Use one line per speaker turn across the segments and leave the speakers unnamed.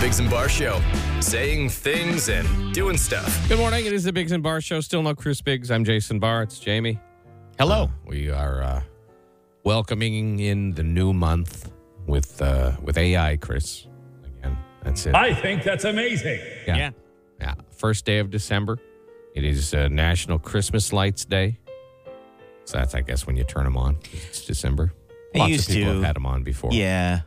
Biggs and Bar Show, saying things and doing stuff.
Good morning. It is the Biggs and Barr Show. Still no Chris Biggs. I'm Jason Barr. It's Jamie.
Hello.
We are uh, welcoming in the new month with uh, with AI, Chris. Again, that's it.
I think that's amazing.
Yeah. yeah. First day of December. It is uh, National Christmas Lights Day. So that's, I guess, when you turn them on. It's December.
I
Lots
used
of people
to.
have had them on before.
Yeah.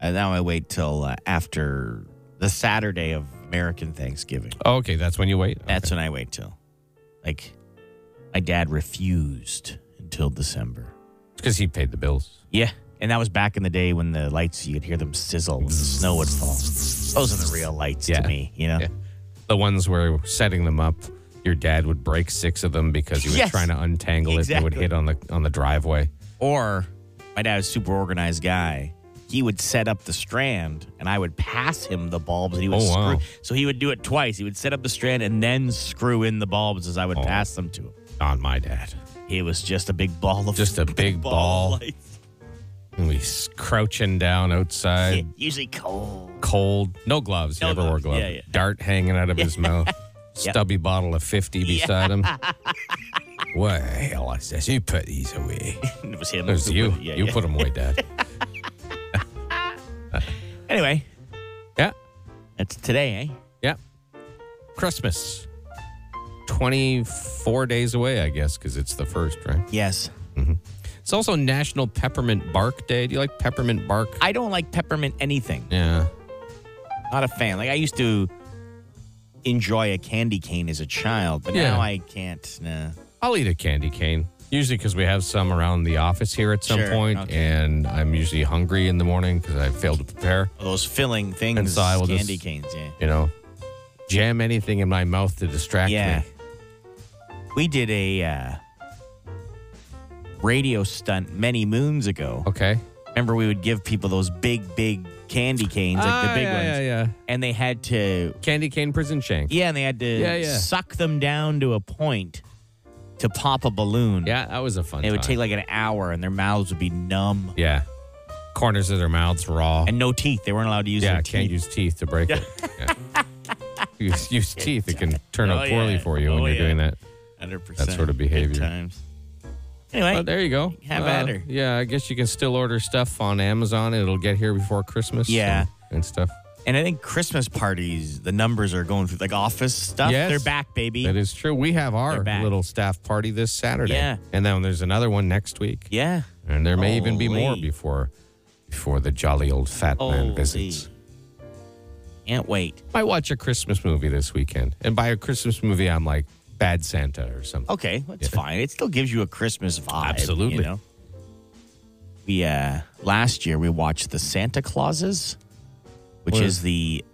And now I wait till uh, after the Saturday of American Thanksgiving.
Oh, okay, that's when you wait.
That's when I wait till. Like, my dad refused until December.
because he paid the bills.
Yeah. And that was back in the day when the lights, you'd hear them sizzle when the snow would fall. Those are the real lights
Yeah.
to me, you know?
Yeah. The ones where setting them up, your dad would break six of them because he was
Yes.
trying to untangle it. It would
Exactly.
hit on the on the driveway.
Or my dad was a super organized guy. He would set up the strand and I would pass him the bulbs and he would
Oh, wow.
screw. So he would do it twice. He would set up the strand and then screw in the bulbs as I
Oh.
would pass them to him.
Not my dad.
It was just a big ball of
Just a big ball.
of lights.
And we s- crouching down outside,
Yeah, usually cold.
cold, no gloves. He
No
never wore
gloves.
gloves.
Yeah, yeah.
Dart hanging out of his mouth. Stubby bottle of fifty beside him. what the hell? I says you put these away.
It was him.
It was you.
Yeah,
you
yeah.
put 'em put them away, Dad.
Anyway,
yeah,
that's today, eh?
yeah. Christmas, twenty-four days away, I guess, because it's the first, right?
Yes.
It's also National Peppermint Bark Day. Do you like peppermint bark?
I don't like peppermint anything.
yeah.
Not a fan. Like I used to enjoy a candy cane as a child, but
Yeah.
now I can't. Nah.
I'll eat a candy cane. Usually because we have some around the office here at some
Sure,
point,
okay.
and I'm usually hungry in the morning because I failed to prepare.
those filling things,
And so I will
candy
just-
canes. Yeah,
You know, jam anything in my mouth to distract
yeah.
me.
We did a uh, radio stunt many moons ago.
Okay.
Remember, we would give people those big, big candy canes, like the
Ah,
big
yeah,
ones,
Yeah, yeah.
and they had to,
Candy cane prison shank.
yeah, and they had to
Yeah, yeah.
suck them down to a point to pop a balloon.
Yeah, that was a fun.
And it would
time.
take like an hour, and their mouths would be numb
Yeah. Corners of their mouths raw.
and no teeth. They weren't allowed to use
yeah,
their
can't
teeth.
use teeth to break it. Yeah. use, use teeth; it can turn
Oh,
out poorly
yeah.
for you when
Oh,
you're
yeah.
doing that.
Hundred percent.
that sort of behavior.
times. Anyway,
Well, there you go. Uh,
Have at her.
Yeah, I guess you can still order stuff on Amazon. It'll get here before Christmas.
Yeah.
and, and stuff.
And I think Christmas parties, the numbers are going through like office stuff.
Yes.
They're back, baby.
That is true. We have our
They're back.
little staff party this Saturday.
Yeah.
and then there's another one next week.
Yeah.
and there may even be more
Holy.
before before the jolly old fat man
Holy.
visits.
Can't wait.
Might watch a Christmas movie this weekend, and by a Christmas movie, I'm like Bad Santa or something.
Okay, that's fine. It still gives you a Christmas vibe.
Absolutely.
You know? We uh last year we watched The Santa Clauses, which
What
is
is-
the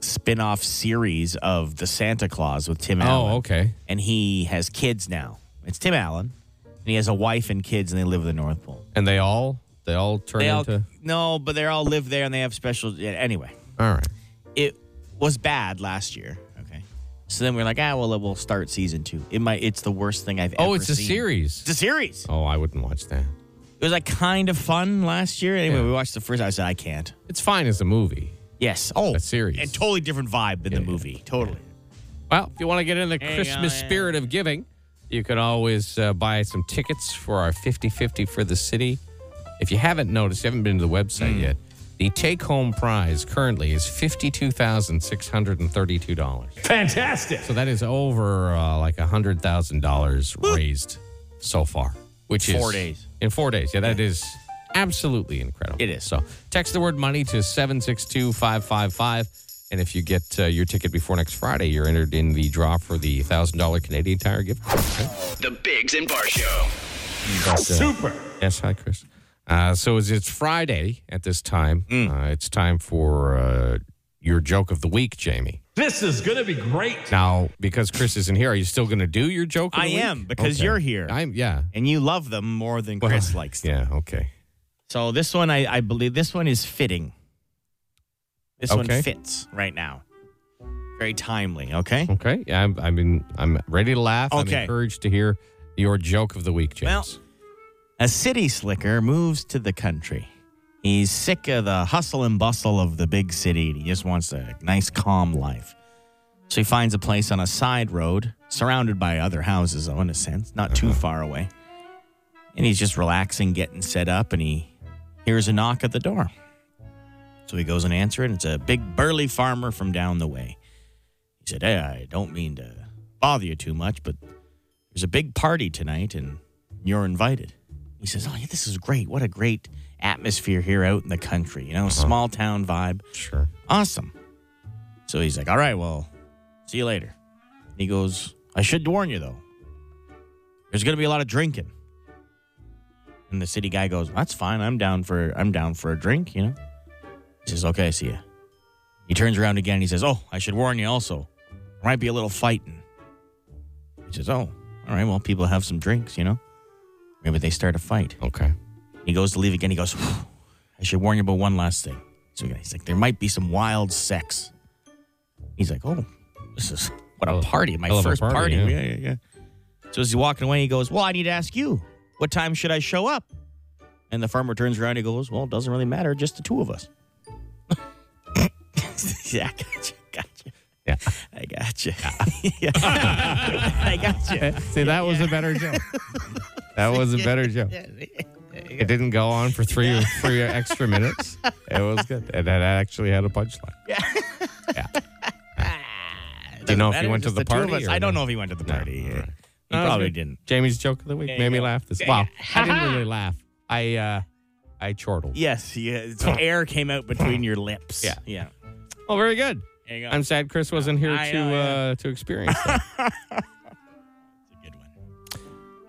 spin-off series of The Santa Claus with Tim Allen.
Oh, okay.
And he has kids now. It's Tim Allen. And he has a wife and kids and they live in the North Pole.
And they all they all turn
They all,
into.
no, but they all live there and they have special yeah, anyway.
All right.
it was bad last year. Okay. So then we are like, ah, well, we'll start season two. It might. It's the worst thing I've ever.
Oh, it's a
seen.
series.
It's a series.
Oh, I wouldn't watch that.
It was like kind of fun last year. Anyway,
Yeah.
we watched the first. I said, I can't.
It's fine as a movie.
Yes. Oh,
A series.
A totally different vibe than the movie. Totally.
Well, if you want to get in the
Hey,
Christmas
uh,
spirit of giving, you can always uh, buy some tickets for our 50 50 for the city. If you haven't noticed, you haven't been to the website
Hmm.
yet, the take home prize currently is $52,632.
Fantastic.
So that is over uh, like $100,000 raised so far, which is
Four days.
In four days. Yeah, that is absolutely incredible.
It is.
So text the word money to 762 555. And if you get uh, your ticket before next Friday, you're entered in the draw for the $1,000 Canadian Tire gift. card.
The Biggs and Bar Show.
Super.
uh, Yes, hi, Chris. Uh, so it's, it's Friday at this time.
Mm.
Uh, it's time for uh, your joke of the week, Jamie.
This is going to be great.
Now, because Chris isn't here, are you still going to do your joke? Of
I
the week?
am, because you're here.
I'm yeah,
And you love them more than Chris likes
yeah.
them.
Okay,
So this one, I, I believe, this one is fitting. This
Okay.
one fits right now. Very timely. Okay.
okay. Yeah, I'm, I mean, I'm ready to laugh. I'm
Okay.
encouraged to hear your joke of the week, James.
Well- A city slicker moves to the country. He's sick of the hustle and bustle of the big city. and He just wants a nice, calm life. So he finds a place on a side road, surrounded by other houses, though, in a sense, not too far away. And he's just relaxing, getting set up, and he hears a knock at the door. So he goes and answers it, and it's a big, burly farmer from down the way. He said, Hey, I don't mean to bother you too much, but there's a big party tonight and you're invited. He says, Oh, yeah, this is great. What a great atmosphere here out in the country, you know, small town vibe.
Sure.
Awesome. So he's like, All right, well, see you later. He goes, I should warn you, though, there's going to be a lot of drinking. And the city guy goes, That's fine. I'm down for I'm down for a drink, you know? He says, Okay, see ya. He turns around again and he says, Oh, I should warn you also. There might be a little fighting. He says, Oh, all right, well, people have some drinks, you know? Maybe they start a fight.
Okay.
He goes to leave again. He goes, "Whew, I should warn you about one last thing. So he's like, there might be some wild sex. He's like, oh, this is what a
Hell-
party. My
Oh, hell of a
first
party,
party.
yeah.
yeah, yeah, yeah. So as he's walking away, he goes, well, I need to ask you, what time should I show up? And the farmer turns around. He goes, well, it doesn't really matter. Just the two of us. yeah, I got you. Got you.
Yeah.
I got you. Yeah. I got you.
Uh, See, that was a better joke. That was a better joke. It didn't go on for three three extra minutes. It was good. And that actually had a punchline. Do you know if
Matter,
you went to
just
the
two of
party?
us.
or
I don't
no?
know if he went to the
No,
party.
all
yeah.
right.
He
No, it's
probably
good.
didn't.
Jamie's joke of the week
Yeah,
made me
yeah.
laugh. This
Yeah,
wow,
yeah.
I didn't really laugh. I uh, I chortled.
Yes, yeah. So air came out between your lips.
Yeah.
yeah.
Oh, very good.
There you go.
I'm sad Chris wasn't here
I
to
know, yeah.
uh, to experience that.
That's a good one.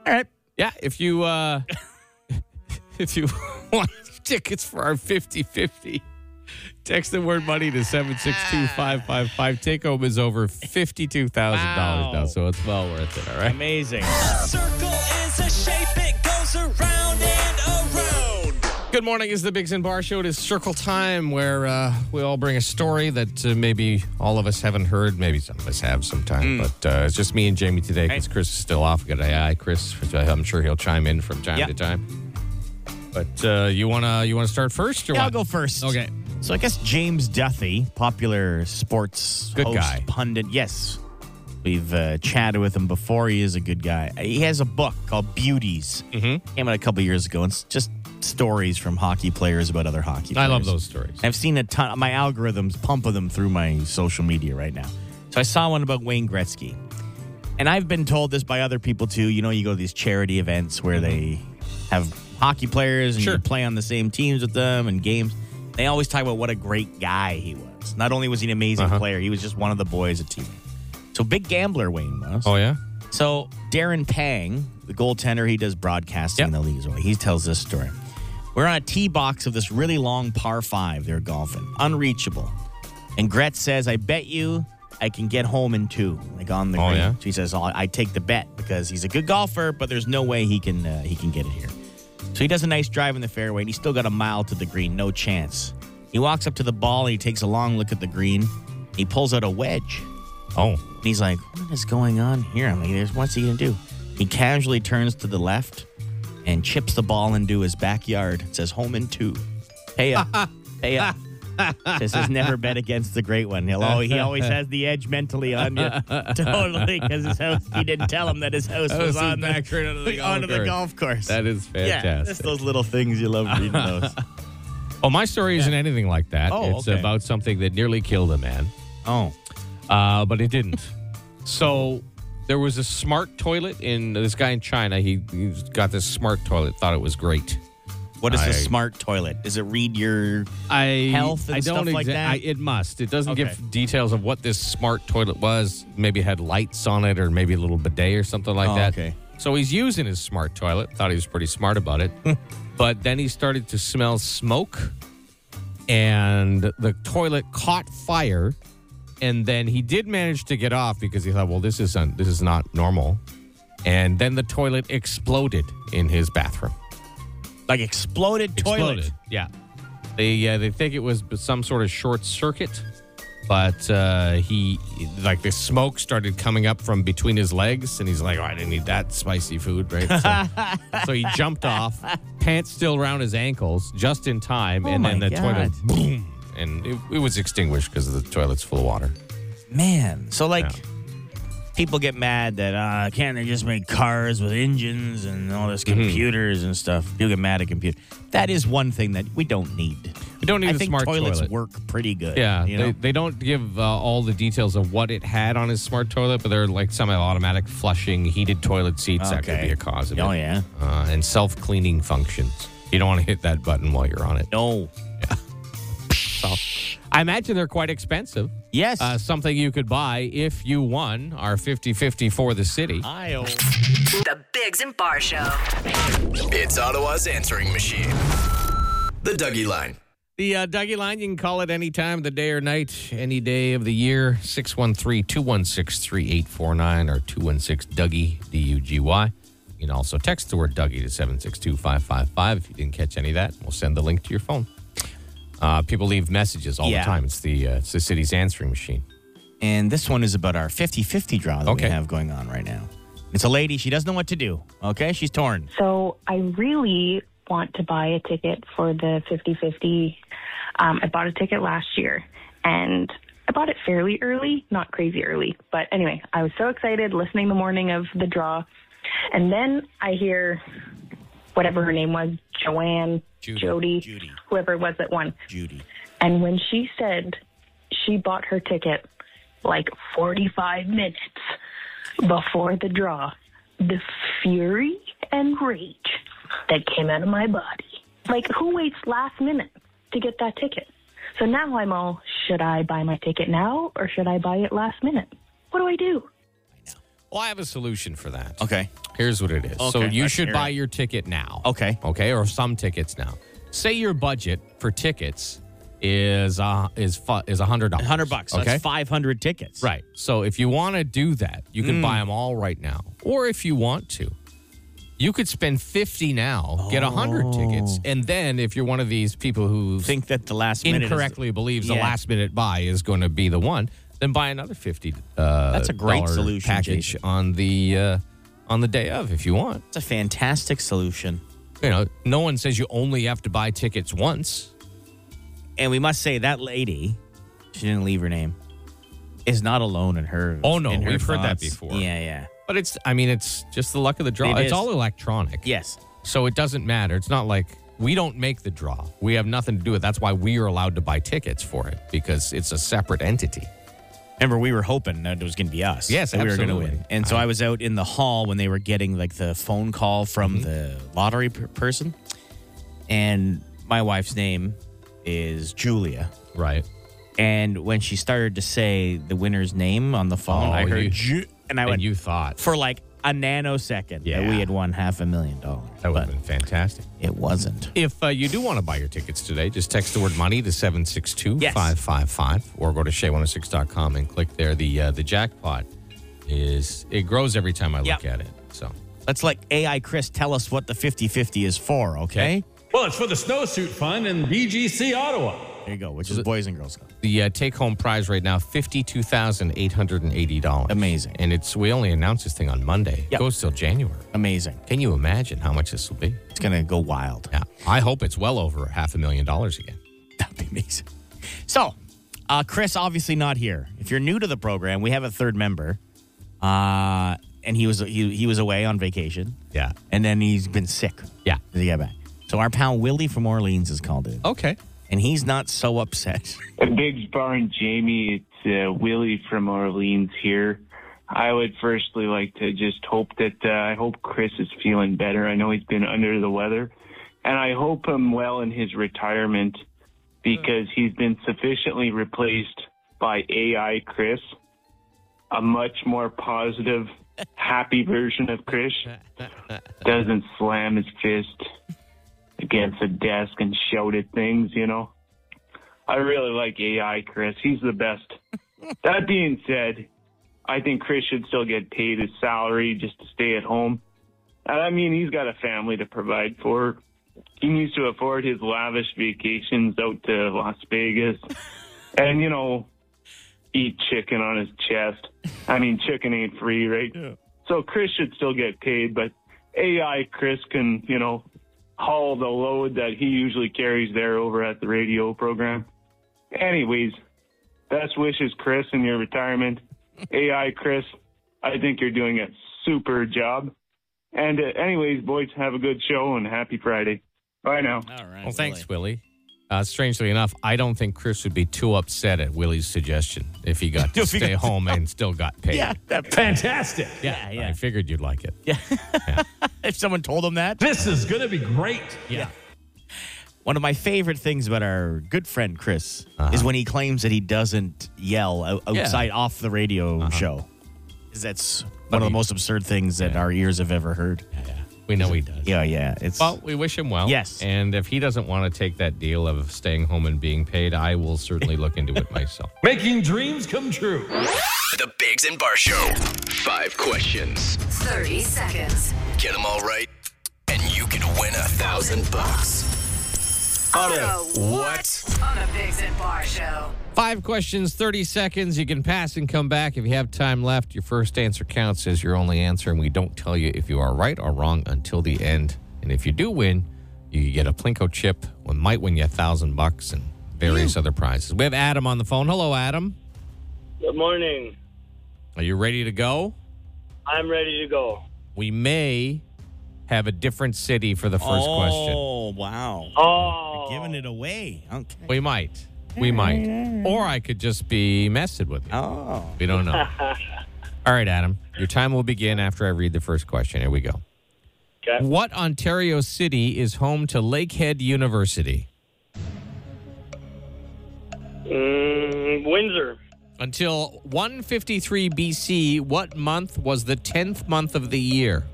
All right.
yeah, if you uh, if you want tickets for our 50-50, text the word money to seven six two five five five. Take home is over fifty two thousand
Wow.
dollars now, so it's well worth it. All right.
Amazing.
circle is a shape, it goes around and around.
Good morning. It's the Biggs and Bar Show. It is Circle Time, where uh, we all bring a story that uh, maybe all of us haven't heard. Maybe some of us have sometime,
Hmm.
but uh, it's just me and Jamie today because Chris is still off. Good eye, Chris. Which I- I'm sure he'll chime in from time
Yeah.
to time. But uh, you wanna you wanna start first or
Yeah, I'll
what?
go first.
Okay.
So I guess James Duffy, popular sports
Good
host,
guy.
pundit. Yes. We've uh, chatted with him before. He is a good guy. Uh, He has a book called Beauties. Mm-hmm. Came out a couple years ago. and It's just stories from hockey players about other hockey
I
players.
love those stories.
I've seen a ton. My algorithms pumping them through my social media right now. So I saw one about Wayne Gretzky, and I've been told this by other people too. You know, you go to these charity events where they have hockey players and
Mm-hmm. Sure.
you play on the same teams with them and games. They always talk about what a great guy he was. Not only was he an amazing
Uh-huh.
player, he was just one of the boys, a teammate. So big gambler Wayne was.
Oh yeah.
So Darren Pang, the goaltender, he does broadcasting in the
Yep.
league as well. He tells this story. We're on a tee box of this really long par five. They're golfing, unreachable. And Gretz says, "I bet you I can get home in two, like on the
Oh,
green."
yeah?
So he says, "I'll- "I take the bet because he's a good golfer, but there's no way he can uh, he can get it here." So he does a nice drive in the fairway, and he's still got a mile to the green, no chance. He walks up to the ball, and he takes a long look at the green. He pulls out a wedge.
Oh
And he's like, what is going on here? I'm like, there's what's he gonna do? He casually turns to the left and chips the ball into his backyard. It says home in two. Pay up. Pay up. this is never bet against the great one. He'll always, he always has the edge mentally on you. totally, because his house, he didn't tell him that his house
House
was
is
on the,
back right onto the
onto the
golf course.
golf course.
that is
Yeah, it's
fantastic.
those little things. You love reading those.
oh my story isn't anything like that.
Oh,
it's
okay.
about something that nearly killed a man.
oh,
uh, but it didn't. so there was a smart toilet in this guy in China. He, he got this smart toilet, thought it was great.
what is
I-
the smart toilet? Does it read your?
I
Health and stuff like that?
I, it must. It doesn't
Okay.
give details of what this smart toilet was. Maybe it had lights on it, or maybe a little bidet or something like
Oh,
that.
okay.
So he's using his smart toilet. Thought he was pretty smart about it, but then he started to smell smoke, and the toilet caught fire. And then he did manage to get off because he thought, well, this isn't this is not normal. And then the toilet exploded in his bathroom
Like exploded toilet.
exploded. Yeah. They uh, they think it was b- some sort of short circuit, but uh, he like the smoke started coming up from between his legs, and he's like, oh, "I didn't eat that spicy food, right?" So, so he jumped off, pants still around his ankles, just in time,
Oh
and then
my
the toilet
God.
boom, and it, it was extinguished because the toilet's full of water.
Man. So, like,
Yeah.
people get mad that, uh, can't they just make cars with engines and all this
Mm-hmm.
computers and stuff? People get mad at computer. That is one thing that we don't need.
You don't need
I
a
think
smart
toilets
toilet.
work pretty good.
Yeah,
You
they,
know?
they don't give uh, all the details of what it had on his smart toilet, but they're like some automatic flushing, heated toilet seats that could
Okay.
be a cause of
Oh,
it.
yeah.
uh, and self cleaning functions. You don't want to hit that button while you're on it.
No.
I imagine they're quite expensive.
Yes.
Uh, something you could buy if you won our 50 50 for the city.
Iowa.
The Bigs and Bar Show.
It's Ottawa's answering machine. The Dougie Line.
The uh, Dougie line, you can call it any time of the day or night, any day of the year, 613 216 3849 or 216 Dougie, D U G Y. You can also text the word Dougie to 762 555 if you didn't catch any of that. We'll send the link to your phone. Uh, people leave messages all
Yeah.
the time. It's the, uh, it's the city's answering machine.
And this one is about our 50 50 draw that
Okay.
we have going on right now. It's a lady. She doesn't know what to do. Okay. She's torn.
So I really want to buy a ticket for the 50 50. Um, I bought a ticket last year and I bought it fairly early, not crazy early. But anyway, I was so excited listening the morning of the draw. And then I hear whatever her name was Joanne,
Judy.
Jody,
Judy.
whoever it was that won.
Judy.
And when she said she bought her ticket like 45 minutes before the draw, the fury and rage that came out of my body. Like, who waits last minute to get that ticket? So now I'm all, should I buy my ticket now or should I buy it last minute? What do I do?
Well, I have a solution for that.
Okay.
Here's what it is. so
Okay,
you
let's
should
hear
buy
it.
your ticket now.
Okay.
Okay, or some tickets now. Say your budget for tickets is uh is fu- is a hundred dollars.
100 bucks. So
Okay.
That's 500 tickets.
right. So if you want to do that, you can
Mm.
buy them all right now, or if you want to. You could spend 50 now, get 100 tickets, and then if you're one of these people who
Oh. Think that the last minute. is-
incorrectly believes the
Yeah.
last minute buy is going to be the one, then buy another fifty. Uh,
That's a great
dollar
solution,
package
Jason.
on the uh, on the day of if you want.
It's a fantastic solution.
You know, no one says you only have to buy tickets once.
And we must say that lady, she didn't leave her name, is not alone in her.
Oh, no,
in her
we've heard that
thoughts.
before.
Yeah, yeah.
But it's, I mean, it's just the luck of the draw.
It
it's
is.
all electronic,
Yes.
so it doesn't matter. It's not like we don't make the draw. We have nothing to do with. it. That's why we are allowed to buy tickets for it because it's a separate entity.
Remember, we were hoping that it was going to be us.
Yes,
that we were going to
absolutely.
win. And so I was out in the hall when they were getting like the phone call from
Mm-hmm.
the lottery per- person, and my wife's name is Julia.
Right.
And when she started to say the winner's name on the phone,
Oh,
I heard
you-
Ju- and I
And
went
you thought
for like a nanosecond
Yeah.
that we had won half a million dollars,
that would have
but
been fantastic.
it wasn't.
If uh, you do want to buy your tickets today, just text the word money to 762 555 or go to shay106.com and click there. The uh, the jackpot is, it grows every time I look
Yep.
at it. So,
Let's let AI Chris tell us what the 50-50 is for, okay?
Well, it's for the snowsuit fund in BGC Ottawa.
There you go, which is Boys and Girls Club.
the uh, take home prize right now $52,880.
Amazing.
And it's we only announced this thing on Monday. It
Yep.
goes till January.
Amazing.
Can you imagine how much this will be?
It's going to go wild.
Yeah. I hope it's well over half a million dollars again.
That'd be amazing. So, uh, Chris, obviously not here. If you're new to the program, we have a third member, uh, and he was he, he was away on vacation.
Yeah.
and then he's been sick.
Yeah. Oh.
he got back. So our pal Willie from Orleans is called in,
Okay.
and he's not so upset.
Biggs Bar and Jamie, it's uh, Willie from Orleans here. I would firstly like to just hope that uh, I hope Chris is feeling better. I know he's been under the weather, and I hope him well in his retirement because he's been sufficiently replaced by AI Chris, a much more positive, happy version of Chris. Doesn't slam his fist against a desk and shout at things, you know. I really like AI, Chris. He's the best. that being said, I think Chris should still get paid his salary just to stay at home. And I mean, he's got a family to provide for. He needs to afford his lavish vacations out to Las Vegas. and, you know, eat chicken on his chest. I mean, chicken ain't free, right? So Chris should still get paid, but AI Chris can, you know, haul the load that he usually carries there over at the radio program. Anyways, best wishes, Chris, in your retirement. AI Chris, I think you're doing a super job. And uh, anyways, boys, have a good show and happy Friday. Bye now.
All right.
Well, thanks, Willie. Uh, strangely enough, I don't think Chris would be too upset at Willie's suggestion if he got to
If he
stay
got-
home and still got paid.
Yeah, that-
Fantastic.
yeah, yeah.
I figured you'd like it.
If someone told him that.
This is going to be great.
One of my favorite things about our good friend Chris
Uh-huh.
is when he claims that he doesn't yell o-
Yeah.
outside off the radio
Uh-huh.
show. 'Cause that's one of the
he-
most absurd things that our ears have ever heard.
We know he does.
Yeah, yeah. It's
Well, we wish him well.
Yes.
And if he doesn't want to take that deal of staying home and being paid, I will certainly look into it myself.
Making dreams come true.
The Biggs and Bar Show. Five questions.
30 seconds.
Get them all right, and you can win a thousand bucks.
Auto what? On the Bigs and Bar Show.
Five questions, 30 seconds. You can pass and come back. If you have time left, your first answer counts as your only answer, and we don't tell you if you are right or wrong until the end. And if you do win, you get a Plinko chip, one might win you a thousand bucks and various other prizes. We have Adam on the phone. Hello, Adam.
Good morning.
Are you ready to go?
I'm ready to go.
We may have a different city for the first question.
Oh, wow.
Oh,
Giving it away. Okay.
We might. We might. Or I could just be messing with you.
Oh.
We don't know. All right, Adam. Your time will begin after I read the first question. Here we go.
Okay.
What Ontario city is home to Lakehead University?
mm, Windsor.
Until 153 BC, what month was the 10th month of the year?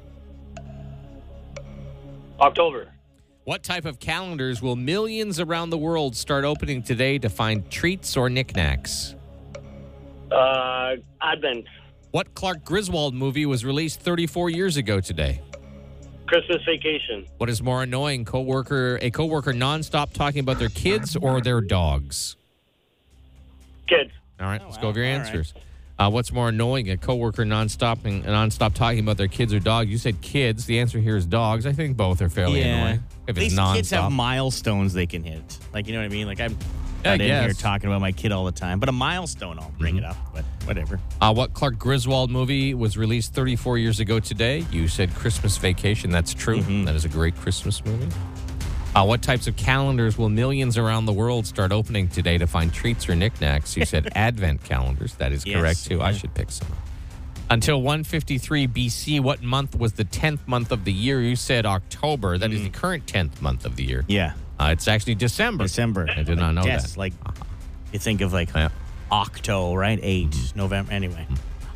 October.
What type of calendars will millions around the world start opening today to find treats or knickknacks?
Uh, Advent.
What Clark Griswold movie was released 34 years ago today?
Christmas vacation.
What is more annoying, coworker a coworker nonstop talking about their kids or their dogs?
Kids.
All right, let's go with your
Oh, wow. All right.
answers. Uh, what's more annoying, a coworker nonstop and nonstop talking about their kids or dogs? You said kids. The answer here is dogs. I think both are fairly annoying. If it's
At least
nonstop,
kids have milestones they can hit. Like, you know what I mean? Like, I'm
I
not in here
guess. Mm-hmm.
talking about my kid all the time, but a milestone, I'll bring it up, but whatever.
uh, what Clark Griswold movie was released 34 years ago today? You said Christmas Vacation. That's true.
Mm-hmm.
That is a great Christmas movie. Uh, what types of calendars will millions around the world start opening today to find treats or knickknacks? You said Advent calendars. That is
Yes.
correct, too. I should pick some. up. Until 153 BC, what month was the 10th month of the year? You said October. That is the current 10th month of the year.
Mm. Yeah.
Uh, it's actually December.
December.
I did not know
Yes,
that.
like you think of like
Yeah. Mm-hmm.
Octo, right? Eight November. Anyway,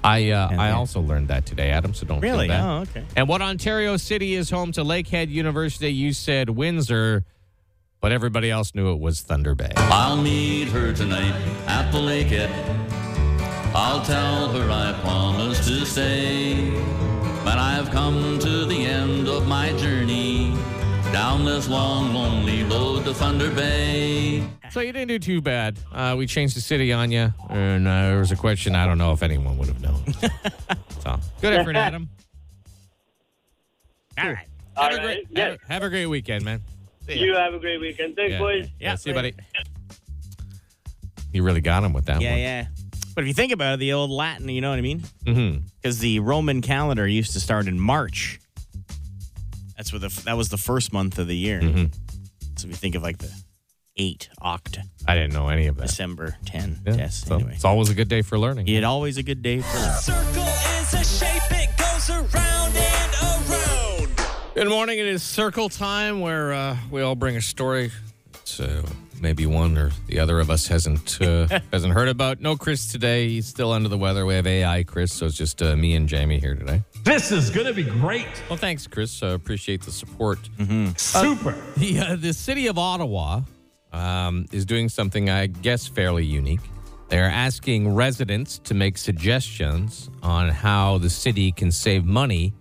I uh,
And
I
then-
also learned that today, Adam. So don't feel
Really?
bad.
Oh, okay.
And what Ontario city is home to Lakehead University? You said Windsor, but everybody else knew it was Thunder Bay.
I'll meet her tonight at the lakehead. I'll tell her I promise to stay. But I've come to the end of my journey down this long, lonely road to Thunder Bay.
So you didn't do too bad. Uh, we changed the city on you, and uh, there was a question I don't know if anyone would have known. so good effort, Adam. All right.
All
Have, a
right.
great,
Yes.
have, have a great weekend, man. See ya.
You have a great weekend. Thanks,
yeah,
boys.
yeah, see you, buddy. You really got him with that
yeah,
one.
yeah. But if you think about it, the old Latin, you know what I mean?
Mhm.
Because the Roman calendar used to start in March. That's what the that was the first month of the year.
Mm-hmm.
So if you think of like the eight oct
I didn't know any of that.
December ten.
Yeah,
Yes.
so
anyway,
It's always a good day for learning.
you had always a good day for that.
Circle is a shape, it goes around and around.
Good morning. It is circle time where uh, we all bring a story. So maybe one or the other of us hasn't uh, hasn't heard about. No, Chris today. He's still under the weather. We have AI Chris, so it's just uh, me and Jamie here today.
This is going to be great.
Well, thanks, Chris. Uh, appreciate the support.
Super.
The uh, the city of Ottawa um, is doing something I guess fairly unique. They are asking residents to make suggestions on how the city can save money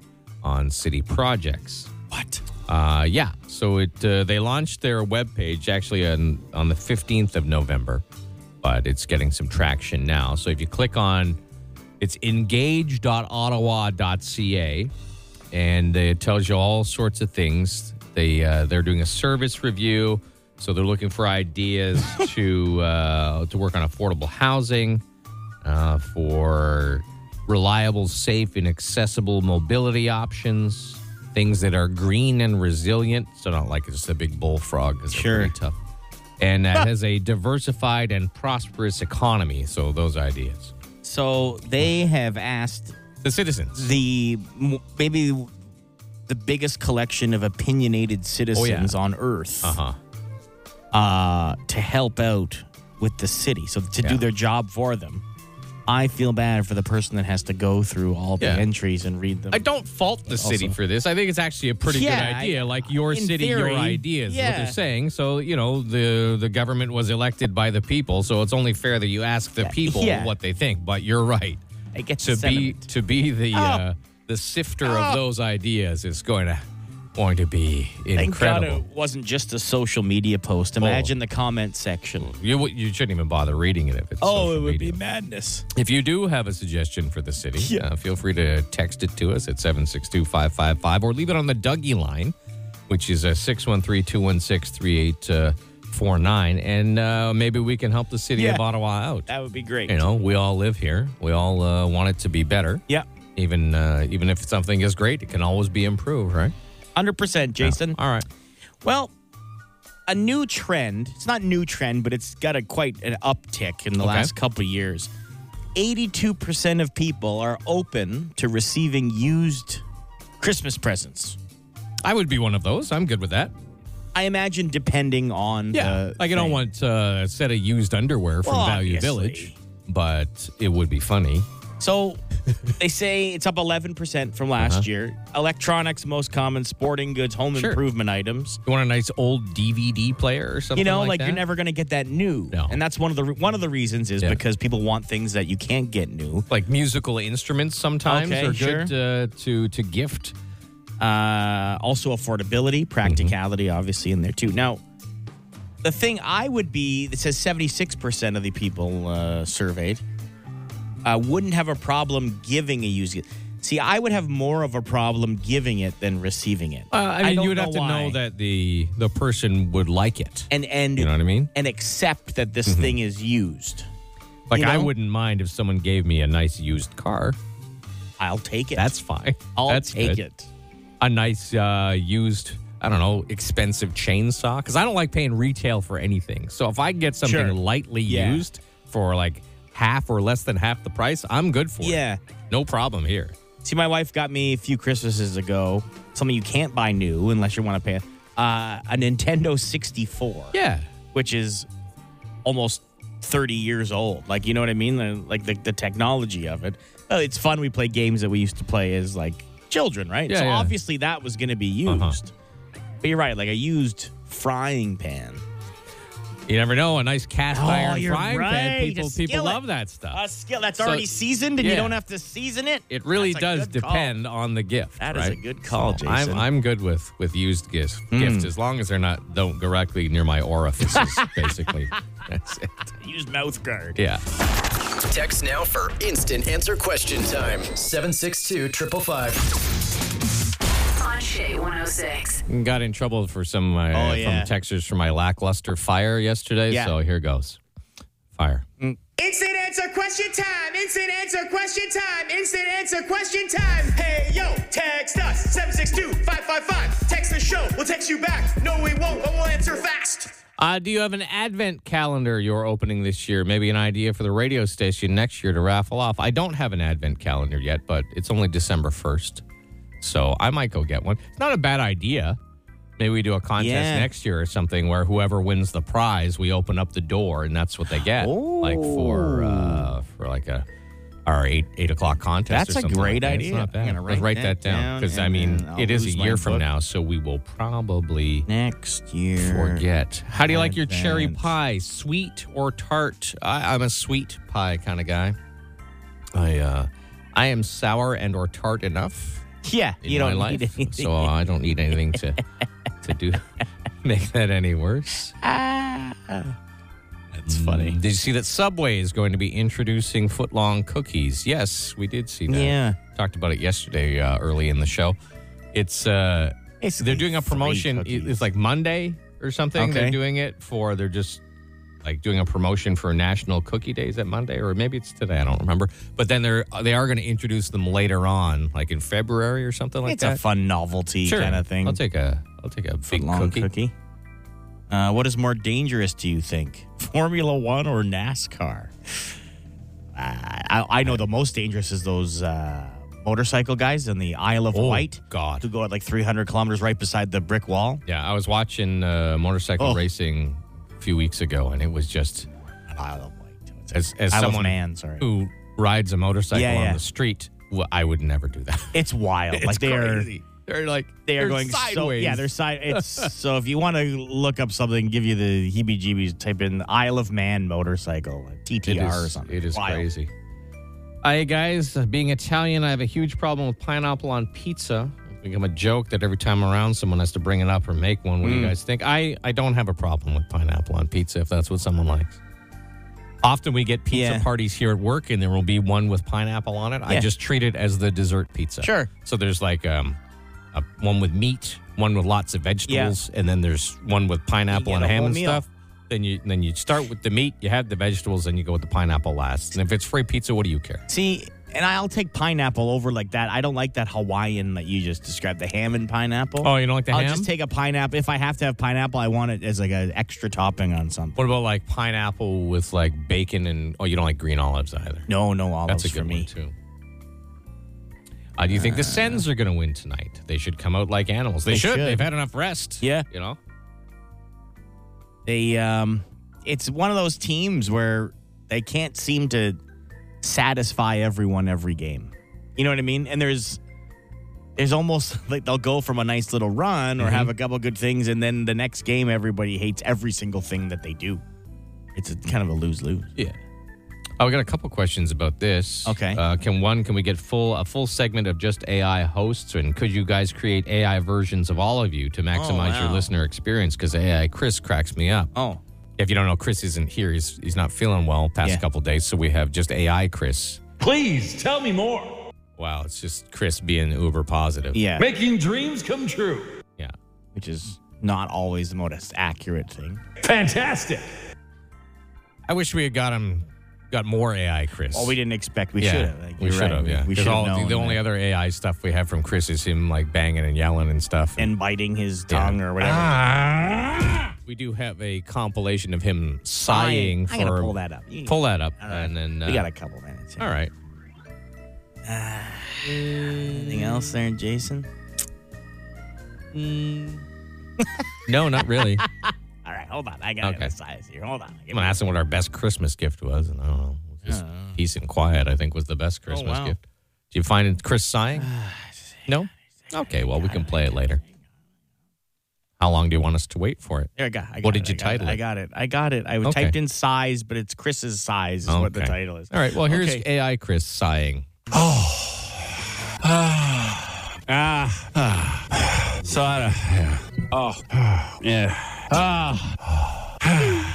on city projects.
What?
Uh, yeah. So it uh, they launched their webpage actually on, on the 15th of November. but it's getting some traction now. So if you click on it's engage.ottawa.ca and it tells you all sorts of things. They uh, they're doing a service review, so they're looking for ideas to uh, to work on affordable housing, uh, for reliable, safe, and accessible mobility options, things that are green and resilient. So not like just a big bullfrog. 'cause they're
Sure.
pretty tough. And uh, has a diversified and prosperous economy. So those ideas,
So they have asked
the citizens.
the m- maybe the biggest collection of opinionated citizens on earth
Uh huh.
uh, to help out with the city, so to
Yeah.
do their job for them. I feel bad for the person that has to go through all the
Yeah.
entries and read them.
I don't fault the city
also-
for this. I think it's actually a pretty
Yeah,
good
I-
idea. like your
in
city,
theory,
your ideas is what
yeah.
they're saying. So, you know, the the government was elected by the people, so it's only fair that you ask the people
yeah.
what they think. But you're right.
I get
To be to be the
Oh.
uh, the sifter of those ideas is going to going to be
Thank
incredible. Oh.
God it wasn't just a social media post. Imagine the comment section.
You you shouldn't even bother reading it if
Oh,
it's social media.
madness.
If you do have a suggestion for the city, uh, feel free to text it to us at 762 555 or leave it on the Dougie line, which is uh, 613 216 3849. uh, And uh, maybe we can help the city of
Yeah.
Ottawa out.
That would be great.
You know, we all live here, we all uh, want it to be better.
Yeah,
Even, uh, even if something is great, it can always be improved, right?
Mm-hmm. 100%, Jason.
All right.
Well, a new trend. It's not new trend, but it's got a quite an uptick in the
Okay.
last couple of years. 82% of people are open to receiving used Christmas presents.
I would be one of those. I'm good with that.
I imagine depending on
Yeah,
the
like I don't
thing.
want uh, a set of used underwear from
Well,
Value
obviously.
Village, but it would be funny.
So they say it's up 11% from last year. Electronics, most common, sporting goods, home
Uh-huh. Sure.
improvement items.
You want a nice old DVD player or something?
You know, like,
that?
you're never going to get that new.
No.
And that's one of the one of the reasons is
Yeah.
because people want things that you can't get new.
like musical instruments sometimes
Okay,
are good uh, to to gift.
Uh, also affordability, practicality
Mm-hmm.
obviously in there too. Now, the thing I would be that says 76% of the people uh, surveyed uh, wouldn't have a problem giving a used gift. See, I would have more of a problem giving it than receiving it.
Uh, I mean,
don't
you would have to
why.
know that the the person would like it.
and and
You know what I mean? Mm-hmm.
and accept that this thing is used.
Like
you know?
I wouldn't mind if someone gave me a nice used car.
I'll take it.
That's fine.
I'll
That's
take
good.
it.
A nice uh, used. I don't know, expensive chainsaw. Because I don't like paying retail for anything. So if I can get something
Sure.
lightly
Yeah.
used for like half or less than half the price, I'm good for
Yeah.
it. No problem here.
See, my wife got me a few Christmases ago something you can't buy new unless you want to pay it. Uh, a Nintendo 64,
Yeah.
which is almost 30 years old. Like, you know what I mean? The- Like the, the technology of it. Oh, it's fun. We play games that we used to play as like children, right?
Yeah,
so
yeah.
obviously that was going to be used.
Uh-huh.
But you're right. Like a used frying pan.
You never know. A nice cast
Oh,
iron
you're
frying pan.
right,
People,
a
people
skillet.
love that stuff.
a skill that's
So-
already seasoned and
yeah.
you don't have to season it.
it really
That's a
does
good call.
depend on the gift. That
That is
is
a good call, Jason. Hmm.
I'm, I'm good with with used gifts. Gifts as long as they're not don't directly near my orifices. basically, that's it.
Use mouth guard.
Yeah.
Text now for instant answer question time. 762 555.
On Shea 106.
Got in trouble for some uh,
Oh, yeah.
from texters for my lackluster fire yesterday.
Yeah.
So here goes. Fire.
Instant answer question time. Instant answer question time. Instant answer question time. Hey, yo, text us 762 555. Text the show. We'll text you back. No, we won't, but we'll answer fast.
Uh, do you have an advent calendar you're opening this year? Maybe an idea for the radio station next year to raffle off? I don't have an advent calendar yet, but it's only December 1st. So I might go get one. It's not a bad idea. Maybe we do a contest
Yeah.
next year or something where whoever wins the prize, we open up the door and that's what they get. Like for uh, for like a our eight eight o'clock contest.
Oh. That's
or
a
something like
great
that.
idea.
It's not bad.
I'm gonna
Let's
write
write
that
that down
down
because I
and
mean
then I'll
it is a
lose my
year from
book.
now, so we will probably
Next year.
forget. How do you like your cherry
Advance.
pie? Sweet or tart? I, I'm a sweet pie kind of guy. I uh, I am sour and or tart enough
Yeah,
in
you don't
my life,
need anything.
so uh, I don't need anything to to do make that any worse.
Ah. That's funny.
Mm, Did you see that Subway is going to be introducing footlong cookies? Yes, we did see that.
Yeah.
Talked about it yesterday uh, early in the show. It's uh
Basically
they're doing a
free
promotion.
cookies.
It's like Monday or something. They're
Okay.
doing it for they're just like doing a promotion for National Cookie Days at Monday or maybe it's today. I don't remember. But then they're they are going to introduce them later on, like in February or something like
it's
that.
a fun novelty
Sure.
kind of thing.
I'll take a I'll take a big
long
cookie.
cookie. Uh, what is more dangerous, do you think? Formula One or NASCAR? Uh, I, I know the most dangerous is those uh, motorcycle guys in the Isle of
Oh,
Wight
God.
who go at like 300 kilometers right beside the brick wall.
Yeah, I was watching uh, motorcycle
Oh.
racing a few weeks ago, and it was just
Isle of Wight. It's
as as
Isle
someone
of Man, sorry.
who rides a motorcycle
Yeah, yeah.
on the street, well, I would never do that.
It's wild. like they are.
They're like
They
they're
are going so
sideways.
yeah they're side it's so if you want to look up something give you the heebie-jeebies type in Isle of Man motorcycle like TTR
It is-
or something
It is
Wild.
crazy. Hey guys, being Italian, I have a huge problem with pineapple on pizza. It's become a joke that every time around someone has to bring it up or make one. What do you guys think? I, I don't have a problem with pineapple on pizza if that's what someone likes. Often we get pizza
Yeah.
parties here at work and there will be one with pineapple on it. I
Yeah.
just treat it as the dessert pizza.
Sure.
So there's like um, a, one with meat, one with lots of vegetables, and then there's one with pineapple
You get
and
a
ham
whole
and
meal.
stuff. Then you then you start with the meat, you have the vegetables, then you go with the pineapple last. And if it's free pizza, what do you care?
See, and I'll take pineapple over like that. I don't like that Hawaiian that you just described, the ham and pineapple.
Oh, you don't like the
I'll
ham?
just take a pineapple. If I have to have pineapple, I want it as like an extra topping on something.
What about like pineapple with like bacon and oh, you don't like green olives either.
No, no olives
That's a good one
for me.
too. Uh, do you think the Sens are going to win tonight? They should come out like animals. They,
They
should.
should.
They've had enough rest.
Yeah.
You know.
They, um, it's one of those teams where they can't seem to satisfy everyone every game. You know what I mean? And there's, there's almost like they'll go from a nice little run or
Mhm.
have a couple good things, and then the next game everybody hates every single thing that they do. It's a, kind of a lose lose.
Yeah. Oh, we got a couple questions about this.
Okay.
Uh, can one can we get full a full segment of just AI hosts and could you guys create AI versions of all of you to maximize your
Oh, wow.
listener experience? Because AI Chris cracks me up.
Oh,
If you don't know, Chris isn't here. He's he's not feeling well past
Yeah.
couple days, so we have just AI Chris.
Please tell me more.
Wow, it's just Chris being uber positive.
yeah.
Making dreams come true.
Yeah.
which is not always the most accurate thing.
Fantastic.
I wish we had got him got more AI Chris.
Well, we didn't expect. We
yeah,
should have. Like,
we
you're
should
right.
have. Yeah,
we
'Cause
should
all
have
the-
known.
The only
that.
other AI stuff we have from Chris is him like banging and yelling and stuff. and-
and biting his tongue or whatever.
Ah,
Ah.
We do have a compilation of him sighing
I'm gonna
for.
pull that up. You-
Pull that up,
All right.
and then uh,
we got a couple minutes. here.
All right.
Anything else there, Jason?
No, not really. I'm
All right, hold on. I got
Okay.
to size here. Hold on. Give me-
gonna ask him what our best Christmas gift was, and I don't know. Just peace and quiet. I think was the best Christmas
Uh-huh. Oh, wow.
gift. Do you find it Chris sighing? no. Okay. Well, we can play it later. How long do you want us to wait for it?
There I got. I got
What
it,
did you
I got
title
It.
it?
I got it. I got it. I
Okay.
typed in size, but it's Chris's size is what the
Okay.
title is.
All right. Well, here's
Okay.
AI Chris sighing.
So I don't. Yeah. Oh. Yeah. Ah. Ah.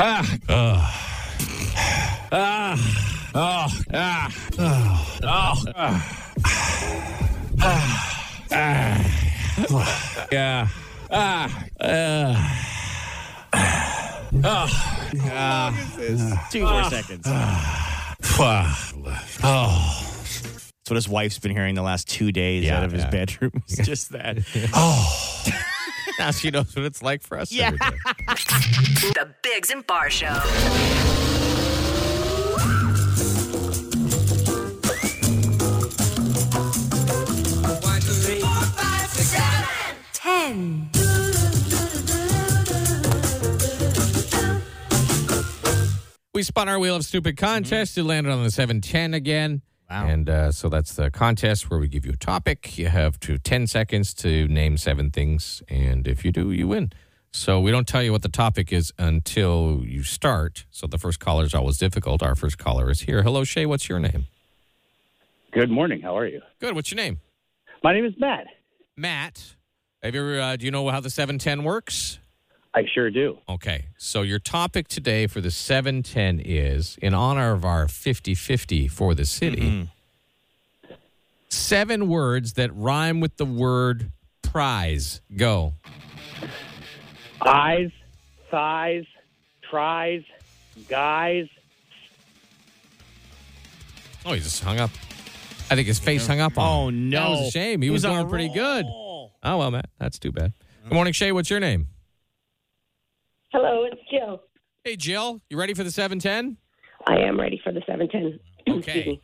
Ah. Oh. Ah. Oh. Oh. Ah. Ah. Ah. Yeah. Ah. Ah.
Two more seconds. That's
Oh.
what his wife's been hearing the last two days
Yeah,
out of his
yeah.
bedroom. It's just that.
Now she knows what it's like for us.
Yeah.
every day.
The Bigs and Bar Show. Ten.
We spun our wheel of stupid contest. It landed on the 710 again. Wow. And uh, so that's the contest where we give you a topic. You have to 10 seconds to name seven things. And if you do, you win. So we don't tell you what the topic is until you start. So the first caller is always difficult. Our first caller is here. Hello, Shay. What's your name?
Good morning. How are you?
Good. What's your name?
My name is Matt.
Matt. Have you ever, uh, do you know how the 710 works?
I sure do.
Okay. So your topic today for the 710 is in honor of our 50-50 for the city.
Mm-hmm.
Seven words that rhyme with the word prize. Go.
Eyes, thighs, tries, guys.
Oh, he just hung up. I think his face hung up on.
Oh,
him.
no.
That was a shame. He
He
was
was on
doing
a
pretty good. Oh well, Matt, that's too bad. Good morning, Shay. What's your name?
Hello, it's Jill.
Hey, Jill. You ready for the 710?
I am ready for the 710. Excuse me.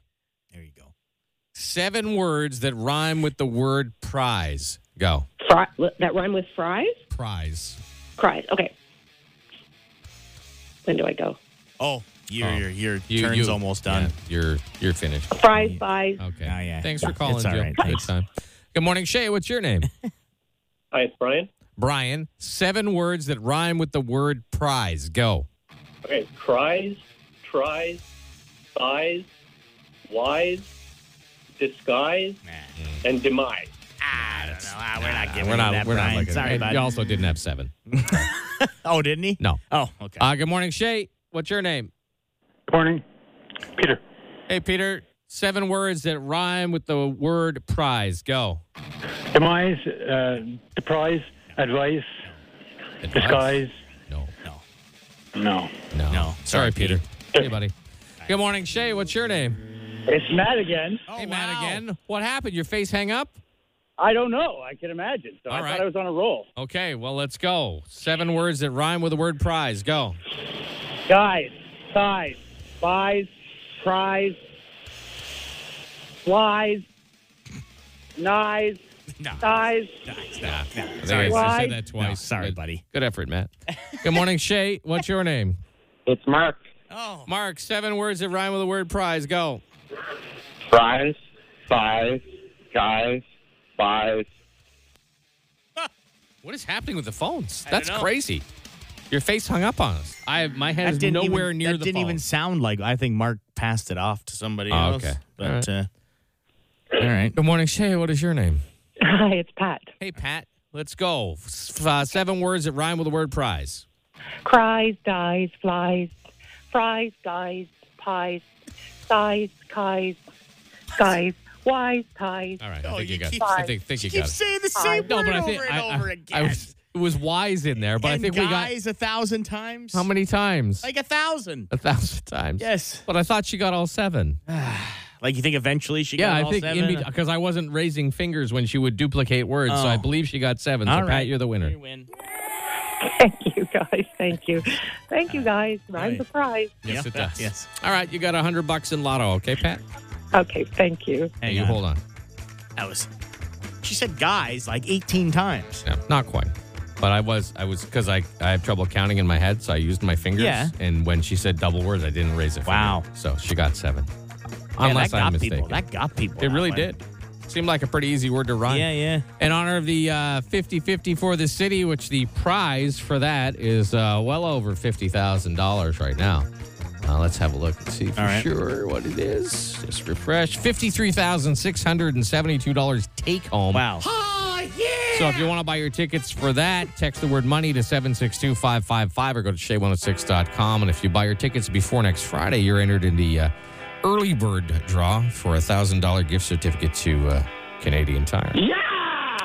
Seven words that rhyme with the word prize. Go.
Fry, that rhyme with fries?
Prize.
Fries. Okay. When do I go?
Oh, your
Oh.
your your
You-
turn's
you-
almost done.
yeah, you're you're finished. Oh,
Fries, fries.
Okay.
Ah, yeah.
Thanks for
It's
calling,
all
Jill.
right.
Good time. Good morning, Shay. What's your name?
Hi, it's Brian.
Brian. Seven words that rhyme with the word prize. Go.
Okay, cries, tries, sighs, wise, disguise, and demise.
Ah, we're not giving
we're
you
not.
that,
we're
Brian.
not looking.
Sorry,
and
bud.
you also didn't have seven.
Oh, didn't he?
No.
Oh, okay.
Uh, good morning, Shay. What's your name?
Morning, Peter.
Hey, Peter. Seven words that rhyme with the word prize. Go.
Demise, uh, prize, advice, disguise. No. No.
No.
No.
Sorry, Peter. Hey, buddy. Good morning, Shay. What's your name?
It's Matt again.
hey, Matt again. What happened? Your face hang up?
I don't know. I can imagine. So I
All right.
thought I was on a roll.
Okay, well, let's go. Seven words that rhyme with the word prize. Go.
Guys, thighs, buys, tries, flies, knives, thighs.
Nah.
I think
Sorry,
Why?
I said that twice.
sorry,
Good-
buddy.
Good effort, Matt. Good morning, Shay. What's your name?
It's Mark.
Oh,
Mark, seven words that rhyme with the word prize. Go.
Fries, thighs, guys, buys.
What is happening with the phones?
I don't
That's
know.
crazy. Your face hung up on us. I my head
that
is
didn't
nowhere
even,
near
that
the
didn't
phone.
even sound like. I think Mark passed it off to somebody
Oh,
else.
okay. All
But
right.
uh, all right.
Good morning, Shay. What is your name?
Hi, it's Pat.
Hey, Pat. Let's go. F- uh, seven words that rhyme with the word prize.
Cries, dies, flies. Fries, guys, pies. Thighs, kies. Guys, wise, ties.
All right. I think Oh, you, got.
keep-
I think, think you got. it.
the
same
no, but I think I, I- I was, it was wise in there, but I
and
think we
guys a thousand times.
got how many times?
Like a thousand.
a thousand times.
Yes.
But I thought she got all seven.
Like you think eventually she
yeah,
got
I
all
think
seven?
because I wasn't raising fingers when she would duplicate words, so
Oh.
I believe she got seven. So
All
Pat,
right.
you're the winner.
You win.
Thank you, guys. Thank you. Thank you, guys. I'm
Right.
surprised.
Yes, it
Yeah.
does.
Yes.
All right, you got a hundred bucks in lotto, okay, Pat?
Okay, thank you.
Hey,
Hang
you
on.
hold on.
That was. She said guys like 18 times.
No, not quite. But I was, I was, because I, I have trouble counting in my head, so I used my fingers.
Yeah.
And when she said double words, I didn't raise it.
Wow.
So she got seven.
Yeah,
Unless
that
I'm
got
mistaken.
people. That got people.
It
that
really
one.
did. Seemed like a pretty easy word to rhyme.
Yeah, yeah.
In honor of the uh, 50-50 for the city, which the prize for that is uh, well over $50,000 right now. Uh, let's have a look and see for
All right.
sure what it is. Just refresh. $53,672 take home.
Wow.
So if you want to buy your tickets for that, text the word money to 762-555 or go to shay106.com. And if you buy your tickets before next Friday, you're entered in the uh, early bird draw for a $1,000 gift certificate to uh, Canadian Tire.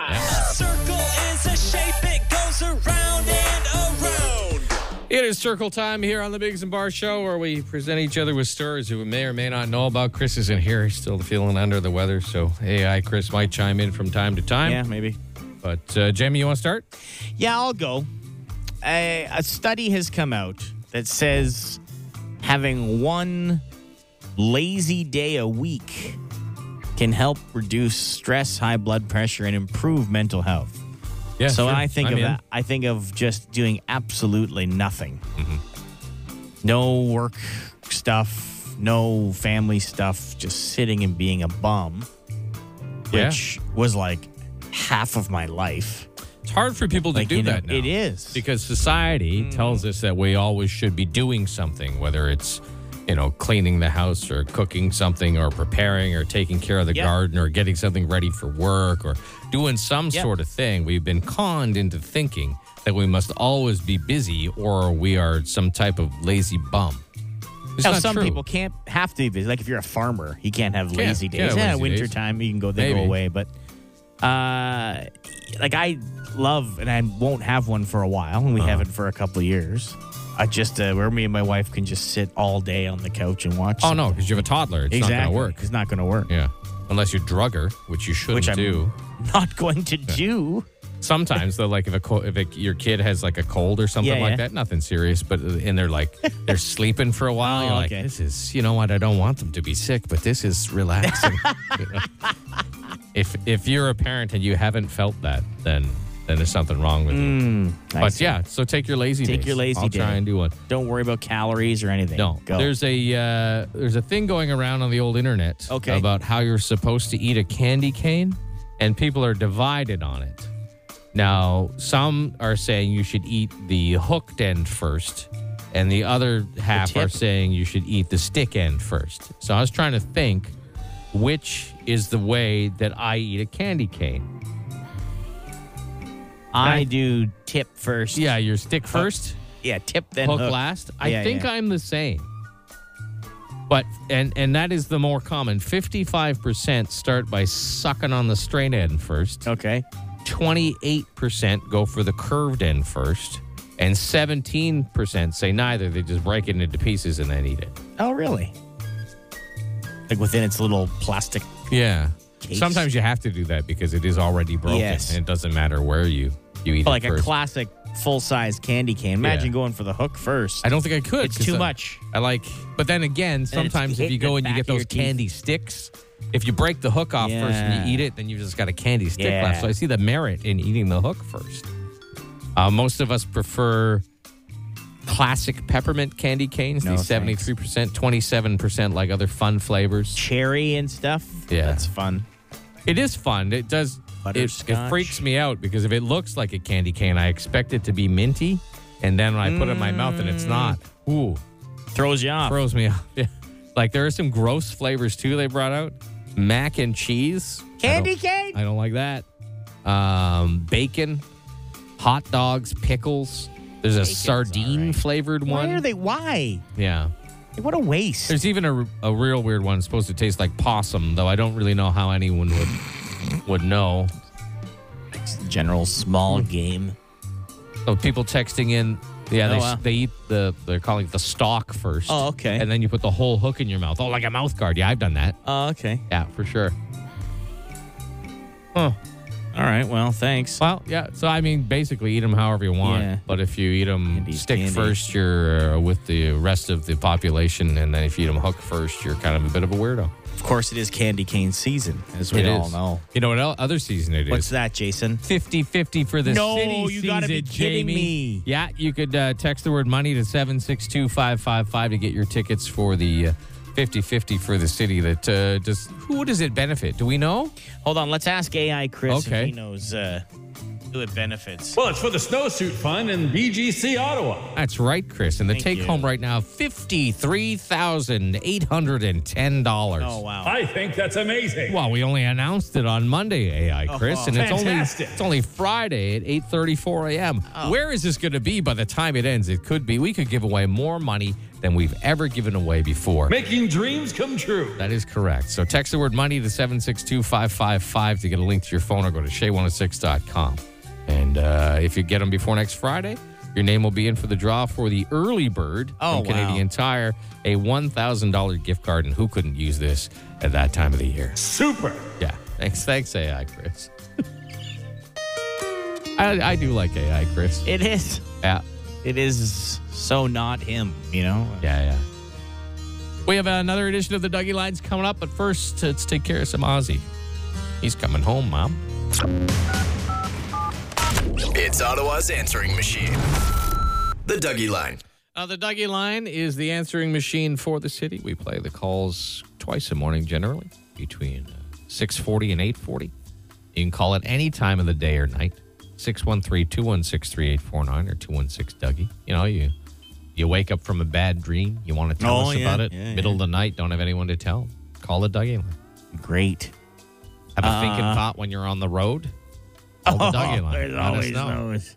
A circle is a shape, it goes around and around.
It is circle time here on the Biggs and Bar Show where we present each other with stories that we may or may not know about. Chris isn't here. He's still feeling under the weather. So AI Chris might chime in from time to time.
Yeah, maybe.
But uh, Jamie, you want to start?
Yeah, I'll go. A, a study has come out that says having one lazy day a week can help reduce stress, high blood pressure, and improve mental health.
Yeah.
so
sure.
when I think
I'm
of
in.
that, I think of just doing absolutely nothing.
Mm-hmm.
No work stuff, no family stuff, just sitting and being a bum,
Yeah.
which was like half of my life.
It's hard for people to
Like,
do
you know,
that now.
It is. Hmm.
Because society tells us that we always should be doing something, whether it's you know, cleaning the house or cooking something or preparing or taking care of the
Yeah.
garden or getting something ready for work or doing some
Yeah.
sort of thing, we've been conned into thinking that we must always be busy or we are some type of lazy bum. It's
now,
not
some
true.
people can't have to. be- Like if you're a farmer, he can't have
Can't.
lazy
Yeah,
days. Yeah,
lazy
winter
days.
time, you can go they go
Maybe.
away. But uh, like I love, and I won't have one for a while, and we
Uh-huh.
haven't for a couple of years. I just uh, where me and my wife can just sit all day on the couch and watch.
Oh, no, because you have a toddler. It's
exactly.
not going to work.
It's not going to work.
Yeah. Unless you drug her, which you shouldn't
Which I'm
do.
Not going to do.
Sometimes though, like if a co- if it, your kid has like a cold or something
Yeah,
like
yeah.
that, nothing serious, but uh, and they're like they're sleeping for a while.
Oh,
you're like,
okay.
this is you know what? I don't want them to be sick, but this is relaxing. You know? If if you're a parent and you haven't felt that, then then there's something wrong with you.
Mm, I
But
see.
yeah, so take your lazy
Take
days.
your lazy
I'll
day.
try and do one.
Don't worry about calories or anything.
No,
go.
there's a uh, there's a thing going around on the old internet
Okay.
about how you're supposed to eat a candy cane, and people are divided on it. Now, some are saying you should eat the hooked end first, and the other half are
tip.
saying you should eat the stick end first. So I was trying to think which is the way that I eat a candy cane.
I do tip first.
Yeah, your stick first.
Yeah, tip then
hook, last. I
Yeah,
think
yeah.
I'm the same. But and and that is the more common. 55% start by sucking on the straight end first.
Okay.
28% go for the curved end first. And 17% say neither. They just break it into pieces and then eat it.
Oh, really? Like within its little plastic.
Yeah.
Case.
Sometimes you have to do that because it is already broken
Yes.
and it doesn't matter where you you eat
But like
it first.
a classic full size candy cane. Imagine
Yeah.
going for the hook first.
I don't think I could.
It's
'cause
too
I-
much.
I like, but then again, sometimes if
hitting
you go
the
and you
back
get
of your
those candy sticks, if you break the hook off first and
Yeah.
you eat it, then you've just got a candy stick
Yeah.
left. So I see the merit in eating the hook first. Uh, most of us prefer classic peppermint candy canes,
No,
these
thanks.
73%, 27% like other fun flavors.
Cherry and stuff.
Yeah.
That's fun.
It is fun. It does. It, it
Butterscotch.
freaks me out because if it looks like a candy cane, I expect it to be minty, and then when I put it in my mouth and it's
Mm.
not, ooh,
Throws you off.
throws me off. Yeah. Like there are some gross flavors too they brought out. Mac and cheese. I
Candy
don't-
cane?
I don't like that. Um, bacon, hot dogs, pickles. There's a sardine flavored
Why
one.
are they? Why?
yeah.
Like, What a waste.
There's even a, a real weird one it's supposed to taste like possum, though I don't really know how anyone would would know.
General small game.
So people texting in, yeah, they,
Oh, wow.
they eat the they're calling it the stalk first.
Oh, okay.
And then you put the whole hook in your mouth. Oh, like a mouth guard. Yeah, I've done that.
Oh, okay.
Yeah, for sure. Huh.
All right. Well, thanks.
Well, yeah. So I mean, basically, eat them however you want.
Yeah.
But if you eat them
Candy's
stick
candy.
first, you're uh, with the rest of the population, and then if you eat them hook first, you're kind of a bit of a weirdo.
Of course, it is candy cane season, as we
It
all
is.
know.
You know what el- other season it is?
What's that, Jason?
50-50 for the
No,
city
you gotta be
season,
kidding
Jamie.
me.
Yeah, you could uh, text the word money to 762-555 to get your tickets for the uh, 50-50 for the city that uh, does who does it benefit? Do we know?
Hold on. Let's ask AI Chris
Okay.
if he knows uh, who it benefits.
Well, it's for the snowsuit fund in BGC Ottawa.
That's right, Chris. And the
Thank
take
you.
home right now $53,810.
Oh, wow.
I think that's amazing.
Well, we only announced it on Monday, AI
Oh,
Chris, and it's only
Fantastic.
it's only Friday at 8:34 a.m.
Oh.
Where is this going to be by the time it ends? It could be we could give away more money than we've ever given away before.
Making dreams come true.
that is correct. So text the word money to 762-555 to get a link to your phone or go to shay106.com. And uh, if you get them before next Friday, your name will be in for the draw for the early bird
Oh,
from
wow.
Canadian Tire, a $1,000 gift card. And who couldn't use this at that time of the year?
Super.
Yeah. Thanks, thanks AI, Chris. I, I do like AI, Chris.
It is.
Yeah,
It is so not him, you know?
yeah, yeah. We have another edition of the Dougie Lines coming up, but first, let's take care of some Ozzy. He's coming home, Mom.
It's Ottawa's answering machine. The Dougie Line.
Uh, the Dougie Line is the answering machine for the city. We play the calls twice a morning, generally between uh, 6.40 and 8.40. You can call at any time of the day or night, 613-216-3849 or 216-DOUGIE. You know, you You wake up from a bad dream. You want to tell
Oh,
us
yeah,
about it.
yeah,
Middle of the night. Don't have anyone to tell. Call a Dougie line.
Great.
Have a thinking
Uh, Oh,
thought when you're on the road. Call the Dougie line.
There's
Let us
always
know.
those.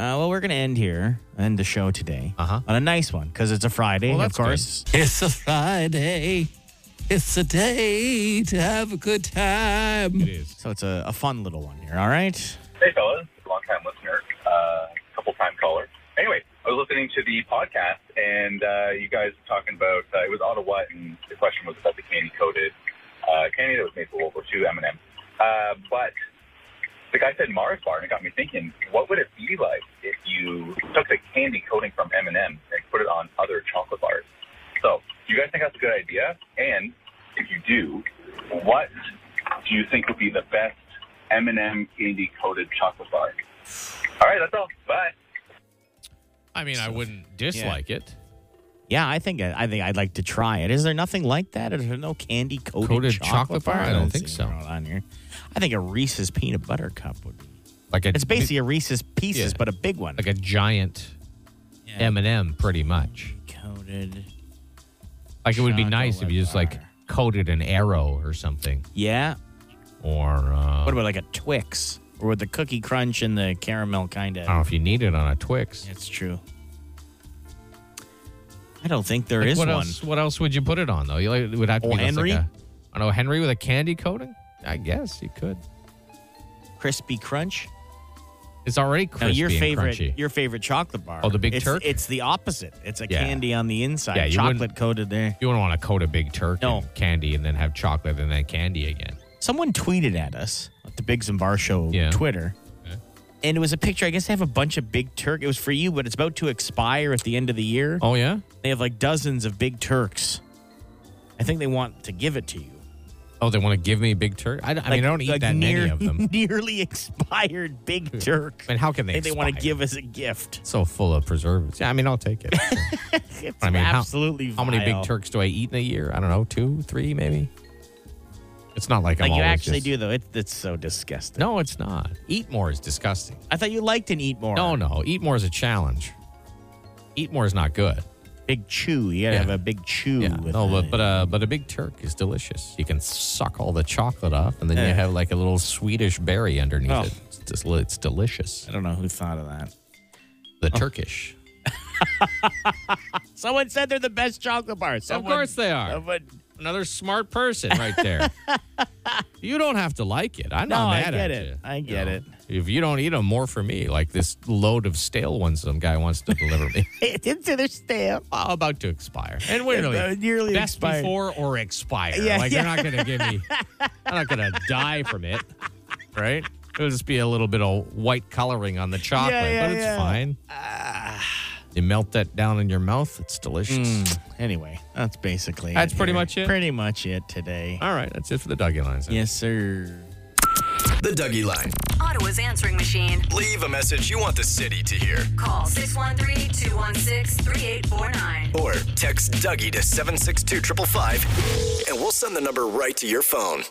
Uh, well, we're going to end here, end the show today uh-huh. on a nice one because it's a Friday,
Well,
of
that's good.
course.
It's a Friday. It's a day to have a good time. It
is. So it's a, a fun little one here, all right?
Hey, fellas, long time listener, uh, couple time caller. Anyway, I was listening to the podcast, and uh, you guys were talking about uh, it was Ottawa, and the question was about the candy coated uh, candy that was made for World War II M&M. Uh, but the guy said Mars bar, and it got me thinking: what would it be like if you took the candy coating from M&M and put it on other chocolate bars? So, do you guys think that's a good idea? And if you do, what do you think would be the best M&M candy coated chocolate bar? All right, that's all. Bye.
I mean, I wouldn't dislike it.
Yeah, I think I think I'd like to try it. Is there nothing like that? Is there no candy coated,
Coated chocolate bar? I don't think
so. On here, I think a Reese's peanut butter cup would be
like a.
It's basically a Reese's pieces,
Yeah.
but a big one.
Like a giant M&M, pretty much.
coated.
Like it would be nice if you just like coated an arrow or something.
Yeah.
Or uh,
What about like a Twix or with the cookie crunch and the caramel kind
I
of?
don't know if you need it on a Twix.
That's true. I don't think there
Like,
is
what
one.
Else, what else would you put it on though? You like, it would have to
Oh,
be just
Henry?
Like a, I don't know Henry with a candy coating. I guess you could.
Crispy crunch.
It's already crispy
now your
and
favorite,
crunchy.
your favorite chocolate bar.
Oh, the Big
it's,
Turk?
It's the opposite. It's a
Yeah.
candy on the inside,
Yeah, you wouldn't-
chocolate coated there.
You wouldn't want to coat a big turkey
No.
in candy and then have chocolate and then candy again.
Someone tweeted at us at the Big Zimbar Show Twitter. And it was a picture. I guess they have a bunch of Big Turk. It was for you, but it's about to expire at the end of the year.
Oh yeah,
they have like dozens of Big Turks. I think they want to give it to you.
Oh, they want to give me a big turkey. I, I mean, I don't eat that many of them.
Nearly expired Big Turk.
And how can
They,
they?
they want to
expire?
give us a gift.
So full of preservatives. Yeah, I mean, I'll take it.
It's
I mean, how-
absolutely.
How, many
vile.
big turks do I eat in a year? I don't know, two, three, maybe. It's not like,
Like
I'm
you
always
actually
just-
do though. It, it's so disgusting.
No, it's not. Eat more is disgusting.
I thought you liked an eat more.
No, no, eat more is a challenge. Eat more is not good.
Big chew. You gotta have a big chew.
Yeah.
with
No,
it.
but but uh, but a big turk is delicious. You can suck all the chocolate off, and then you
Yeah.
have like a little Swedish berry underneath
Eh. Oh.
it. It's, just, it's delicious. I
don't know who thought of that. Oh.
The Turkish.
Someone said they're the best chocolate bars. Someone-
of course they are.
someone-
Another smart person right there. you don't have to like it. I'm
No,
not
I
mad at
get it.
you.
I get
it. If you don't eat them, more for me. Like this load of stale ones some guy wants to deliver me.
It didn't say their stamp.
Oh, about to expire. And wait a minute.
uh, Nearly
Best
expired.
before or expire.
Yeah,
like
yeah.
they're not going to give me, I'm not going to die from it. Right? It'll just be a little bit of white coloring on the chocolate,
yeah,
but it's
yeah.
fine.
Ah.
you melt that down in your mouth. It's delicious.
Mm, anyway, that's basically.
That's
it
pretty
here.
much it?
Pretty much it today.
All right, that's it for the Dougie lines.
Yes, sir.
The Dougie Line.
Ottawa's answering machine.
Leave a message you want the city to hear.
Call 613 216 3849.
Or text Dougie to 762-555 and we'll send the number right to your phone.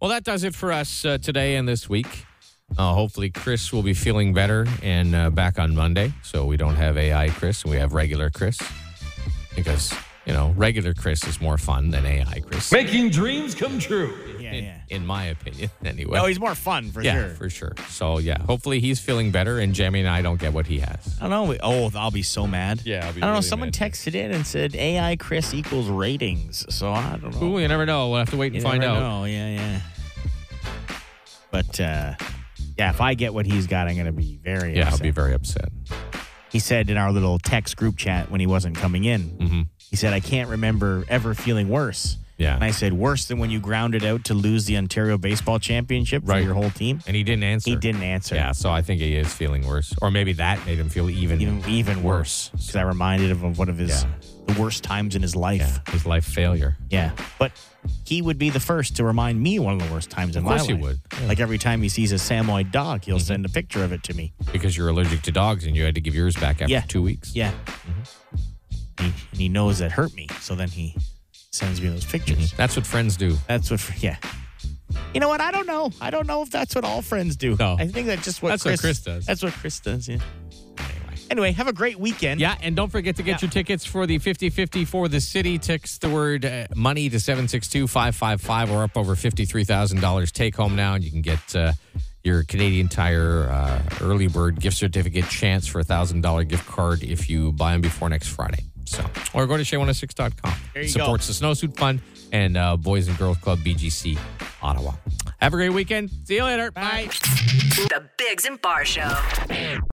Well, that does it for us uh, today and this week. Uh, hopefully, Chris will be feeling better and uh, back on Monday. So we don't have AI Chris, we have regular Chris. Because, you know, regular Chris is more fun than AI Chris.
Making dreams come true.
Yeah, yeah.
in my opinion, anyway.
No, he's more fun Oh, for
yeah,
sure.
for sure. So, yeah, hopefully he's feeling better and Jamie and I don't get what he has.
I don't know. we- Oh, I'll be so mad.
Yeah, I'll
I don't know. Someone texted in and said AI Chris equals ratings. So I don't know.
Ooh, you never know. We'll have to wait and
You
find
never
out.
know. Yeah, yeah. But uh, yeah, if I get what he's got, I'm going to be very
Yeah, I'll
upset.
be very upset.
He said in our little text group chat when he wasn't coming in, he said, I can't remember ever feeling worse.
Mm-hmm. Yeah.
And I said, worse than when you grounded out to lose the Ontario Baseball Championship for
Right.
your whole team?
And he didn't answer.
He didn't answer.
Yeah, so I think he is feeling worse. Or maybe that made him feel even,
Even, even worse. Because I reminded him of one of his the worst times in his life.
his life failure.
Yeah. But he would be the first to remind me one of the worst times in
Of
my life.
course he would.
Like every time he sees a Samoyed dog, he'll send a picture of it to me.
Because you're allergic to dogs and you had to give yours back after
Yeah.
two weeks.
Yeah. He, and he knows that hurt me. So then he sends me those pictures.
That's what friends do.
That's what, yeah. You know what? I don't know. I don't know if that's what all friends do.
No.
I think that's just what
That's what
Chris,
Chris does.
That's what Chris does. Yeah. Anyway. Anyway, have a great weekend.
Yeah, and don't forget to get your tickets for the 50-50 for the city. Text the word uh, money to 762-555. We're up over $53,000 take home now, and you can get uh, your Canadian Tire uh, early bird gift certificate chance for a $1,000 gift card if you buy them before next Friday. So, Or go to shay106.com.
There you go.
Supports the Snowsuit Fund and uh, Boys and Girls Club BGC Ottawa. Have a great weekend. See you later. Bye.
The Biggs and Bar Show.